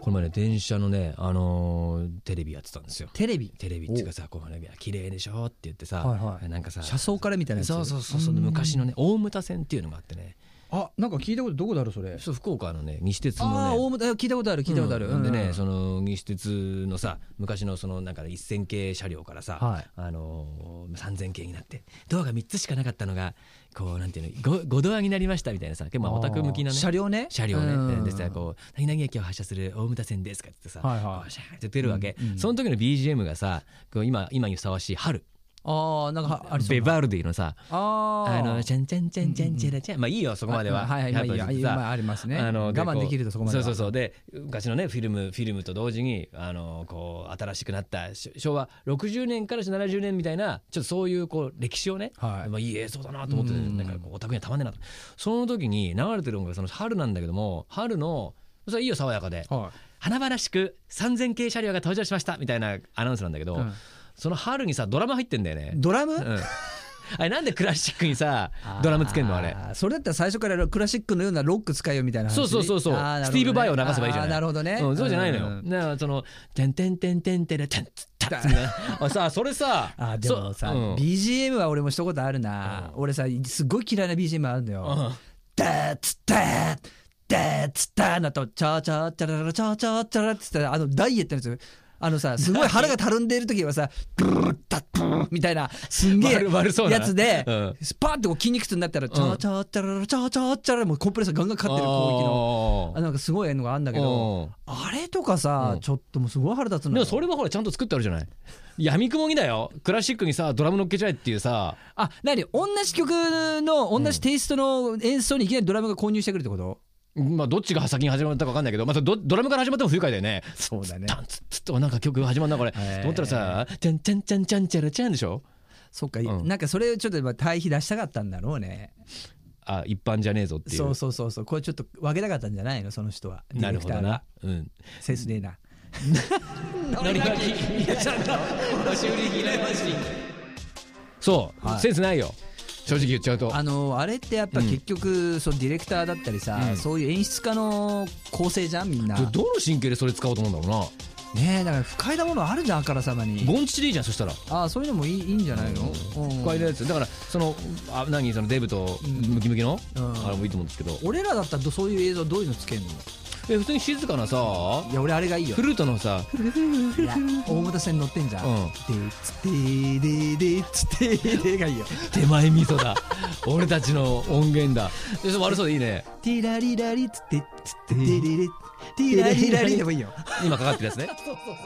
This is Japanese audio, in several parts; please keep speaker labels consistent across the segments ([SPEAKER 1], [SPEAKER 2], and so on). [SPEAKER 1] この前ね電車のね、あのーテレビやってたんですよ
[SPEAKER 2] テレビ
[SPEAKER 1] テレビっていうかさこのねいや綺麗でしょって言ってさ、
[SPEAKER 2] はいはい
[SPEAKER 1] なんかさ
[SPEAKER 2] 車窓からみたいなやつ
[SPEAKER 1] そうそうそうそう昔のね大牟田線っていうのがあってね
[SPEAKER 2] あなんか聞いたことどこだろうそれ
[SPEAKER 1] そう福岡のね西鉄のね
[SPEAKER 2] ああ大牟田聞いたことある聞いたことある、
[SPEAKER 1] うんでね、
[SPEAKER 2] うん
[SPEAKER 1] その西鉄のさ昔のそのなんか1000系車両からさ、
[SPEAKER 2] はい
[SPEAKER 1] あのー3000系になってドアが3つしかなかったのがこうなんていうの 5, ドアになりましたみたいなさ結構まあオタク向きなね
[SPEAKER 2] 車両ね
[SPEAKER 1] 車両ね、
[SPEAKER 2] うん
[SPEAKER 1] でさこう「何々駅を発車する大牟田線です」かって言ってさ、
[SPEAKER 2] はいはい
[SPEAKER 1] シャーって出るわけ、
[SPEAKER 2] うんうん
[SPEAKER 1] その時の BGM がさこう今今にふさわしい春
[SPEAKER 2] ああなんかありそう
[SPEAKER 1] ベ
[SPEAKER 2] な
[SPEAKER 1] バルディのさ「
[SPEAKER 2] あ
[SPEAKER 1] あ
[SPEAKER 2] あ
[SPEAKER 1] のチャンチャンチャンチャンチャラチャン」まあいいよそこまでは。
[SPEAKER 2] はいはいまあいい
[SPEAKER 1] や
[SPEAKER 2] や
[SPEAKER 1] っぱり
[SPEAKER 2] まあありますね
[SPEAKER 1] あの
[SPEAKER 2] 我慢
[SPEAKER 1] こう
[SPEAKER 2] できるとそこまで
[SPEAKER 1] そ
[SPEAKER 2] は
[SPEAKER 1] うそうそうで昔のねフィルムフィルムと同時にあのこう新しくなったし昭和60年から70年みたいなちょっとそういうこう歴史をね、
[SPEAKER 2] はいい
[SPEAKER 1] まあ、いい映像だなと思って、
[SPEAKER 2] うん
[SPEAKER 1] なんかこうオタクにはたまんねえなとその時に流れてる音楽がその春なんだけども春のそれはいいよ爽やかで
[SPEAKER 2] は
[SPEAKER 1] 華々しく3000系車両が登場しましたみたいなアナウンスなんだけど、
[SPEAKER 2] うん
[SPEAKER 1] その春にさドラマ入ってんだよね
[SPEAKER 2] い。ドラム、
[SPEAKER 1] うん、あれなんでクラシックにさドラムつけんのあれ。
[SPEAKER 2] ーそれだったら最初からクラシックのようなロック使えよみたいな話
[SPEAKER 1] そうそうそうそう、
[SPEAKER 2] あなるほどね
[SPEAKER 1] スティーブ・バイを流せばいいじゃな
[SPEAKER 2] あ
[SPEAKER 1] い
[SPEAKER 2] ーなるほどね、
[SPEAKER 1] うんそうじゃないのよ、
[SPEAKER 2] うん
[SPEAKER 1] だからその「てんてんてんてんてれてんつったっつ」みたいなあさそれさ
[SPEAKER 2] あーでもさ、
[SPEAKER 1] そうん
[SPEAKER 2] BGM は俺もしたことあるな、
[SPEAKER 1] うん
[SPEAKER 2] 俺さすごい嫌いな BGM あるんだ
[SPEAKER 1] う
[SPEAKER 2] よ
[SPEAKER 1] ん
[SPEAKER 2] 「ダーツダーツダーツダー」のと「チャーチャーチャラララチャーチャーチャラ」っつってあのダイエットのやつあのさすごい腹がたるんでいる時はさ「ブルッタッブルッ」みたいなすんげえ
[SPEAKER 1] 悪悪そうだ
[SPEAKER 2] や
[SPEAKER 1] な
[SPEAKER 2] つで
[SPEAKER 1] うん
[SPEAKER 2] スパーンってこう筋肉痛になったら「チャーチャーチャラララチャーチャーチャラ」もうコンプレッサーガンガンかかってる攻撃の
[SPEAKER 1] あ
[SPEAKER 2] あなんかすごいのがあるんだけど
[SPEAKER 1] ーうん
[SPEAKER 2] あれとかさ
[SPEAKER 1] うん
[SPEAKER 2] ちょっともうすごい腹立つ
[SPEAKER 1] で
[SPEAKER 2] の
[SPEAKER 1] も
[SPEAKER 2] よ
[SPEAKER 1] それはほらちゃんと作ってあるじゃない闇雲にだよクラシックにさドラム乗っけちゃえっていうさ
[SPEAKER 2] あ、なに同じ曲の同じテイストの演奏にいきなりドラムが混入してくるってこと、
[SPEAKER 1] まあどっちが先に始まったか分かんないけどまたドドラムから始まっても不愉快だよね
[SPEAKER 2] そうだね
[SPEAKER 1] タンツッツッとなんか曲が始まんなこれと
[SPEAKER 2] ー
[SPEAKER 1] 思ったらさ「チャンチャンチャンチャンチャラチャン」でしょ
[SPEAKER 2] そっか、
[SPEAKER 1] うん
[SPEAKER 2] なんかそれをちょっと今対比出したかったんだろうね
[SPEAKER 1] あ一般じゃねえぞっていう
[SPEAKER 2] そうそうそうそうこれちょっと分けたかったんじゃないのその人はディ
[SPEAKER 1] な
[SPEAKER 2] レ
[SPEAKER 1] る
[SPEAKER 2] ク
[SPEAKER 1] ほ
[SPEAKER 2] タ
[SPEAKER 1] ど
[SPEAKER 2] ーが
[SPEAKER 1] なうん
[SPEAKER 2] センスねえな
[SPEAKER 1] のり巻きちゃんと押し売り嫌いましそう、
[SPEAKER 2] はい
[SPEAKER 1] センスないよ正直言っちゃうと
[SPEAKER 2] あのあれってやっぱ
[SPEAKER 1] うん
[SPEAKER 2] 結局、そのディレクターだったりさ、
[SPEAKER 1] うん
[SPEAKER 2] そういう演出家の構成じゃんみんな
[SPEAKER 1] どどの神経でそれ使おうと思うんだろ
[SPEAKER 2] ねえだから不快なものあるじゃんあからさま
[SPEAKER 1] うな
[SPEAKER 2] に
[SPEAKER 1] ゴンチでいいじゃんそしたら
[SPEAKER 2] ああそういうのもいいいいんじゃないの、うん
[SPEAKER 1] 不快なやつだからそのあ何そのデブとムキムキの、
[SPEAKER 2] うん
[SPEAKER 1] あれもいいと思うんですけど
[SPEAKER 2] 俺らだったらどそういう映像どういうのつけんのい
[SPEAKER 1] え普通に静かなさ
[SPEAKER 2] や俺あれがいいよ
[SPEAKER 1] フルートのさ
[SPEAKER 2] いや大牟田線乗ってんじゃん。
[SPEAKER 1] うん
[SPEAKER 2] でつてーででつてーでがいいよ。
[SPEAKER 1] 手前味噌 だ俺たちの音源だえそれ悪そうでいいね
[SPEAKER 2] ティラリラリつてつてでででティラリラリでもいいよ。
[SPEAKER 1] 今かかってるやつ ね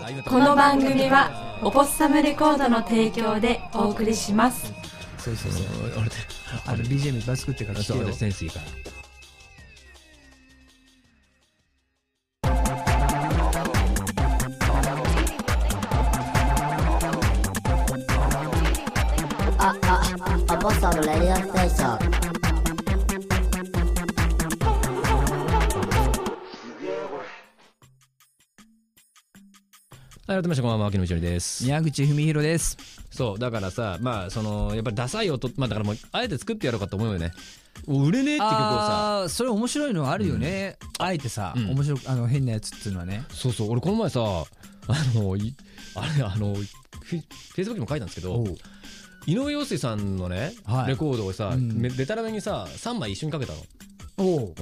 [SPEAKER 1] あ今かか
[SPEAKER 3] この番組はオポッサムレコードの提供でお送りします
[SPEAKER 2] そうそうそう。
[SPEAKER 1] 俺俺
[SPEAKER 2] あの BGM いっぱい作ってるから聞
[SPEAKER 1] そう
[SPEAKER 2] けよ
[SPEAKER 1] 俺。センスいいから
[SPEAKER 4] あ、あ、アポストムレディオステーション。
[SPEAKER 1] はい改めましてこんばんは秋野みちおりです
[SPEAKER 2] 宮口文博です。
[SPEAKER 1] そうだからさまあそのやっぱりダサい音まあだからもうあえて作ってやろうかと思うよねもう売れねえって曲をさ
[SPEAKER 2] ああー、それ面白いのあるよね。あえてさ、
[SPEAKER 1] ん
[SPEAKER 2] 面白くあの変なやつっていうのはね。
[SPEAKER 1] そうそう俺この前さあのいあれあのフェイスブックにも書いたんですけど
[SPEAKER 2] う
[SPEAKER 1] 井上陽水さんのね、
[SPEAKER 2] はい
[SPEAKER 1] レコードをさ、
[SPEAKER 2] うん
[SPEAKER 1] めでたらめにさ3枚一緒にかけたの。
[SPEAKER 2] おう。
[SPEAKER 1] うん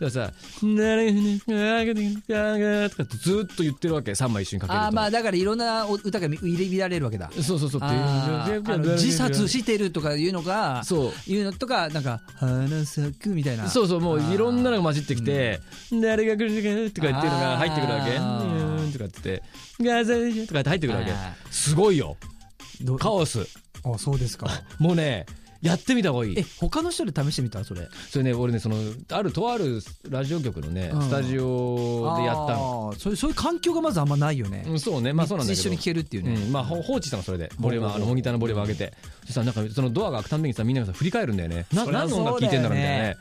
[SPEAKER 1] でさ「なるとかってずっと言ってるわけ3枚一緒にかけると
[SPEAKER 2] ああまあだからいろんなお歌がみ入れられるわけだ。
[SPEAKER 1] そうそうそう
[SPEAKER 2] あーあの自殺してるとかいうのが、
[SPEAKER 1] そう
[SPEAKER 2] いうのとか、なんか、花咲くみたいな。
[SPEAKER 1] そうそうもう
[SPEAKER 2] あー
[SPEAKER 1] いろんなのが混じってきて「誰が来るか」とか言っていうのが入ってくるわけ「う
[SPEAKER 2] あー
[SPEAKER 1] ーん」とかって言って「ガザリとかって入ってくるわけ
[SPEAKER 2] あ
[SPEAKER 1] すごいよ
[SPEAKER 2] ど
[SPEAKER 1] カオス
[SPEAKER 2] あそうですか
[SPEAKER 1] もうねやってみた方がい
[SPEAKER 2] え
[SPEAKER 1] い
[SPEAKER 2] 他の人で試してみたそれ
[SPEAKER 1] それね俺ねそのあるとあるラジオ局のね
[SPEAKER 2] うん
[SPEAKER 1] スタジオでやったの
[SPEAKER 2] あーそういうそういう環境がまずあんまないよね、
[SPEAKER 1] うんそうねまあそうなんだけど
[SPEAKER 2] 一緒に聴けるっていうね、
[SPEAKER 1] うんまあ、ほ放置したのそれでボリューム
[SPEAKER 2] ほうほう
[SPEAKER 1] あのモニターのボリューム上げてそしたらなんかそのドアが開くたんびにさみんながさ振り返るんだよねな
[SPEAKER 2] そりゃ
[SPEAKER 1] 何の音楽聴いてんだろうみたいなね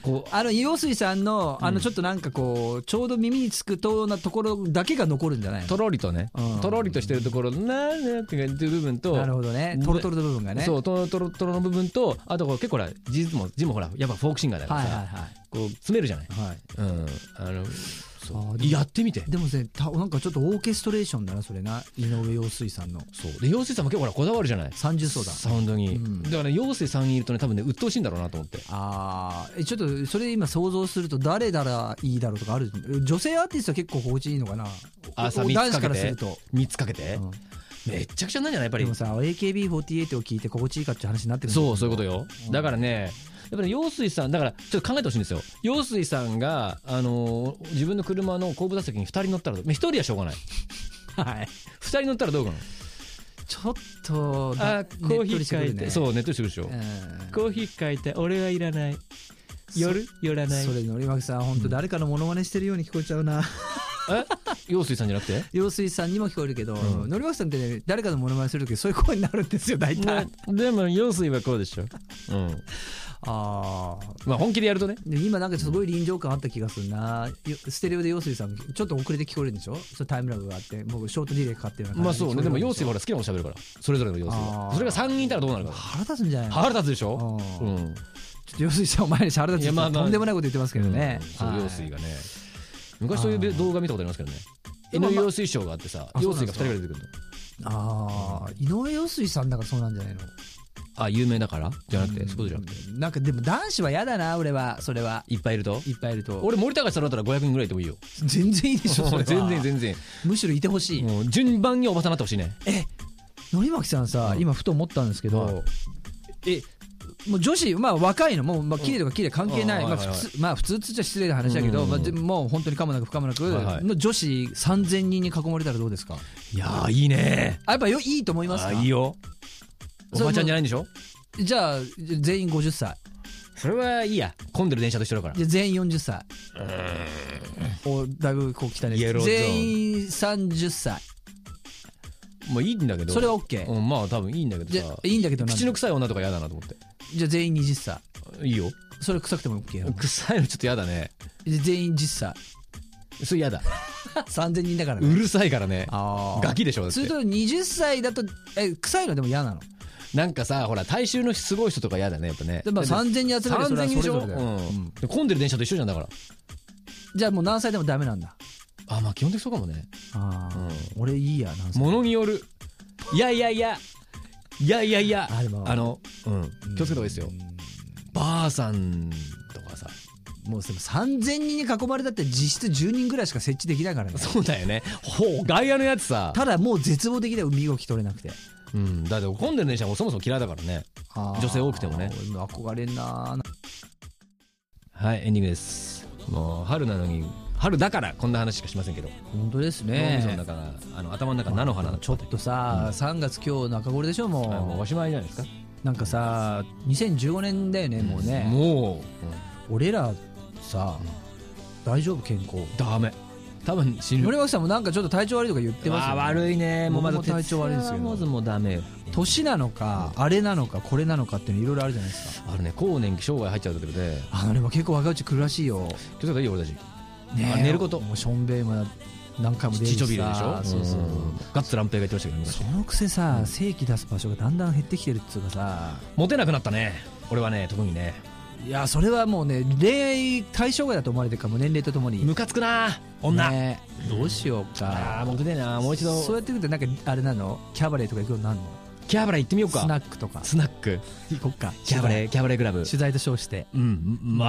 [SPEAKER 1] こう
[SPEAKER 2] あの陽水さんのあのちょっとなんかこう、ちょうど耳につくようなところだけが残るんじゃない
[SPEAKER 1] と
[SPEAKER 2] の
[SPEAKER 1] ろりとね
[SPEAKER 2] うん
[SPEAKER 1] とろりとしてるところなんだよっていう部分と
[SPEAKER 2] なるほどねトロトロの部分がね
[SPEAKER 1] そうトロトロトロの部分とあとこう結構ほら字も字もほらやっぱフォークシンガーだから
[SPEAKER 2] はい
[SPEAKER 1] さ、
[SPEAKER 2] はいはい
[SPEAKER 1] こう詰めるじゃない、
[SPEAKER 2] はい
[SPEAKER 1] うん、あの
[SPEAKER 2] あーでも
[SPEAKER 1] やってみて
[SPEAKER 2] でもねたなんかちょっとオーケストレーションだなそれな井上陽水さんの
[SPEAKER 1] そうで陽水さんも結構ほらこだわるじゃない
[SPEAKER 2] 30層だ
[SPEAKER 1] サウンドに、
[SPEAKER 2] うん
[SPEAKER 1] だからね陽水さんいるとね多分ね鬱陶しいんだろうなと思って
[SPEAKER 2] あーえちょっとそれ今想像すると誰ならいいだろうとかある女性アーティストは結構心地いいのかな
[SPEAKER 1] あ
[SPEAKER 2] お
[SPEAKER 1] さ
[SPEAKER 2] お
[SPEAKER 1] 三
[SPEAKER 2] 男
[SPEAKER 1] つか
[SPEAKER 2] 子
[SPEAKER 1] け
[SPEAKER 2] から
[SPEAKER 1] て
[SPEAKER 2] すると、
[SPEAKER 1] 3つかけて、
[SPEAKER 2] うん
[SPEAKER 1] めっちゃくちゃなんじゃないやっぱ
[SPEAKER 2] で
[SPEAKER 1] り
[SPEAKER 2] もさ AKB48 を聞いて心地いいかっていう話になってくる
[SPEAKER 1] そうそういうことよ、
[SPEAKER 2] うん
[SPEAKER 1] だからねやっぱり陽水さんだからちょっと考えてほしいんですよ陽水さんが、あのー自分の車の後部座席に2人乗ったらどうまあ1人はしょうがない
[SPEAKER 2] とはい
[SPEAKER 1] 2人乗ったらどうかな
[SPEAKER 2] ちょっとな
[SPEAKER 1] あ
[SPEAKER 2] ねっ
[SPEAKER 1] コー
[SPEAKER 2] と
[SPEAKER 1] ヒ
[SPEAKER 2] りして
[SPEAKER 1] ー
[SPEAKER 2] く
[SPEAKER 1] 書
[SPEAKER 2] る
[SPEAKER 1] いて、
[SPEAKER 2] ね
[SPEAKER 1] そうネットしてくるでしょ、
[SPEAKER 2] うん
[SPEAKER 1] コーヒー書いて俺はいらない夜寄らない
[SPEAKER 2] それのりまきさん本当誰かのモノマネしてるように聞こえちゃ うな
[SPEAKER 1] え陽水さんじゃなくて
[SPEAKER 2] 陽水さんにも聞こえるけど、
[SPEAKER 1] うん
[SPEAKER 2] のりまきさんってね誰かのモノマネする時そういう声になるんですよ大体、
[SPEAKER 1] でも陽水はこうでしょ、うん、
[SPEAKER 2] ああ
[SPEAKER 1] まあ本気でやるとね
[SPEAKER 2] で今なんかすごい臨場感あった気がするな、よステレオで陽水さんちょっと遅れて聞こえるんでしょそうタイムラグがあってもうショートディレイかかってるような
[SPEAKER 1] まあ
[SPEAKER 2] 感じ
[SPEAKER 1] そうねでも陽水は
[SPEAKER 2] は
[SPEAKER 1] ほら好きなこと喋るからそれぞれの陽水
[SPEAKER 2] あ
[SPEAKER 1] は
[SPEAKER 2] ー
[SPEAKER 1] それが3人いたらどうなるか
[SPEAKER 2] 腹立つんじゃないの
[SPEAKER 1] 腹立つでしょ、
[SPEAKER 2] う
[SPEAKER 1] うんん、
[SPEAKER 2] ちょっと陽水さんお前に腹立つ
[SPEAKER 1] いやまあまあ
[SPEAKER 2] とんでもないこと言ってますけどね、
[SPEAKER 1] うんそう
[SPEAKER 2] はい
[SPEAKER 1] 陽水がね昔そういう動画見たことありますけどね
[SPEAKER 2] でもまあ
[SPEAKER 1] N 陽水ショーがあってさ
[SPEAKER 2] あそう
[SPEAKER 1] 陽
[SPEAKER 2] な
[SPEAKER 1] 水
[SPEAKER 2] ん
[SPEAKER 1] が
[SPEAKER 2] で
[SPEAKER 1] 2
[SPEAKER 2] す
[SPEAKER 1] 人
[SPEAKER 2] か
[SPEAKER 1] ぐらい出てくるの
[SPEAKER 2] ああ井上陽水さんだからそうなんじゃないの
[SPEAKER 1] あ有名だからじゃなくてそうじゃなくて
[SPEAKER 2] うんなんかでも男子は嫌だな俺はそれはい
[SPEAKER 1] っぱいいると
[SPEAKER 2] いっぱいいると
[SPEAKER 1] 俺森高さんだったら500人ぐらいいてもいいよ
[SPEAKER 2] 全然いいで しょそれは
[SPEAKER 1] 全然全然
[SPEAKER 2] むしろいてほしい、
[SPEAKER 1] もう順番におばさんになってほしいね
[SPEAKER 2] のりまきさんさ、
[SPEAKER 1] うん
[SPEAKER 2] 今ふと思ったんですけど、
[SPEAKER 1] はい
[SPEAKER 2] えもう女子、まあ、若いのもう、まあ綺麗とか綺麗関係ない、
[SPEAKER 1] うん
[SPEAKER 2] ま
[SPEAKER 1] は
[SPEAKER 2] あ
[SPEAKER 1] い
[SPEAKER 2] 普
[SPEAKER 1] はいはい
[SPEAKER 2] 通まあ普通っつっちゃ失礼な話だけど、
[SPEAKER 1] うんうんうん
[SPEAKER 2] まあでもう本当にかもなく不可もなく、
[SPEAKER 1] はいはい
[SPEAKER 2] の女子3000人に囲まれたらどうですか
[SPEAKER 1] いやーいいね
[SPEAKER 2] あやっぱよいいと思いますか
[SPEAKER 1] あいいよおばちゃんじゃないんでしょ
[SPEAKER 2] じゃあ全員50歳
[SPEAKER 1] それはいいや混んでる電車と一緒だから
[SPEAKER 2] じゃあ全員40歳おだいぶこう来たね
[SPEAKER 1] イエローゾーン
[SPEAKER 2] 全員30歳
[SPEAKER 1] もういいんだけど
[SPEAKER 2] それは OK、
[SPEAKER 1] うんまあ多分いいんだけ
[SPEAKER 2] じ
[SPEAKER 1] ど
[SPEAKER 2] ゃ
[SPEAKER 1] さ
[SPEAKER 2] あいいんだけどなんで
[SPEAKER 1] 口の臭い女とか嫌だなと思って
[SPEAKER 2] じゃあ全員20歳
[SPEAKER 1] いいよ
[SPEAKER 2] それ臭くても OK よ
[SPEAKER 1] 臭いのちょっと嫌だね
[SPEAKER 2] じゃあ全員10歳
[SPEAKER 1] それ嫌だ
[SPEAKER 2] 3000人だからね
[SPEAKER 1] うるさいからね
[SPEAKER 2] あー
[SPEAKER 1] ガキでしょだっ
[SPEAKER 2] それ
[SPEAKER 1] て
[SPEAKER 2] と20歳だとえ臭いのでも嫌なの
[SPEAKER 1] なんかさほら大衆のすごい人とか嫌だねやっぱね
[SPEAKER 2] でも3000人集めるそれ
[SPEAKER 1] 3000
[SPEAKER 2] はそ
[SPEAKER 1] 人
[SPEAKER 2] れ
[SPEAKER 1] でし
[SPEAKER 2] ぞ
[SPEAKER 1] ょ、
[SPEAKER 2] れだよ
[SPEAKER 1] うん混んでる電車と一緒じゃんだから
[SPEAKER 2] じゃあもう何歳でもダメなんだ
[SPEAKER 1] あまあ基本的にそうかもね
[SPEAKER 2] ああ、俺いいや何歳
[SPEAKER 1] ものによるいやいやいやいやいやいや
[SPEAKER 2] あでも
[SPEAKER 1] あの、うん、気をつけた方がいいですよばあさんとかさ
[SPEAKER 2] もうでも3000人に囲まれたって実質10人ぐらいしか設置できないからね
[SPEAKER 1] そうだよねほう外野のやつさ、
[SPEAKER 2] ただもう絶望的だよ身動き取れなくて
[SPEAKER 1] うん、だって混んでる電車もそもそも嫌いだからね
[SPEAKER 2] 女
[SPEAKER 1] 女性多くてもね
[SPEAKER 2] 俺も憧れんな
[SPEAKER 1] はいエンディングですもう春なのに春だからこんな話しかしませんけど、
[SPEAKER 2] 本当です
[SPEAKER 1] 脳みその
[SPEAKER 2] ね
[SPEAKER 1] 中があの頭の中菜の花だ
[SPEAKER 2] ちょっとさ、3月今日中頃でしょもう
[SPEAKER 1] あもうおしまいじゃないですか
[SPEAKER 2] なんかさ2015年だよねもうね、
[SPEAKER 1] もう、
[SPEAKER 2] 俺らさ、大丈夫健康
[SPEAKER 1] ダメ多分死ぬ
[SPEAKER 2] 森脇さんもなんかちょっと体調悪いとか言ってますよ、ね、
[SPEAKER 1] あー悪いねもうまだ
[SPEAKER 2] 僕も体調悪いですよ
[SPEAKER 1] 鉄はもうもうダメよ
[SPEAKER 2] 年なのかあれなのかこれなのかっていうのいろいろあるじゃないですか
[SPEAKER 1] あれね更年期障害入っちゃうということで
[SPEAKER 2] あのでも結構若いうち来るらしいよ、
[SPEAKER 1] 気をつけた方がいいよ俺たち
[SPEAKER 2] ね
[SPEAKER 1] あ
[SPEAKER 2] え、
[SPEAKER 1] 寝ること
[SPEAKER 2] もうしょんべいも何回も出る
[SPEAKER 1] ち
[SPEAKER 2] し
[SPEAKER 1] ち
[SPEAKER 2] さ
[SPEAKER 1] ょびれでしょ
[SPEAKER 2] そうそう、
[SPEAKER 1] んガッツ乱平が言ってましたけどね
[SPEAKER 2] そのくせさ正規出す場所がだんだん減ってきてるっつうかさ
[SPEAKER 1] モテなくなったね俺はね特にね
[SPEAKER 2] いやそれはもうね恋愛対象外だと思われてるからもう年齢とともに
[SPEAKER 1] ムカつくな女、
[SPEAKER 2] ねえどうしよう
[SPEAKER 1] あ
[SPEAKER 2] か
[SPEAKER 1] あモテねえなもう一
[SPEAKER 2] そう
[SPEAKER 1] 度
[SPEAKER 2] やってくるとなんかあれなのキャバレーとか行くようになるの
[SPEAKER 1] キャバレー行ってみようか
[SPEAKER 2] スナックとか
[SPEAKER 1] スナック
[SPEAKER 2] 行こっか
[SPEAKER 1] キャバレーキャバレークラブ
[SPEAKER 2] 取材と称して
[SPEAKER 1] うんま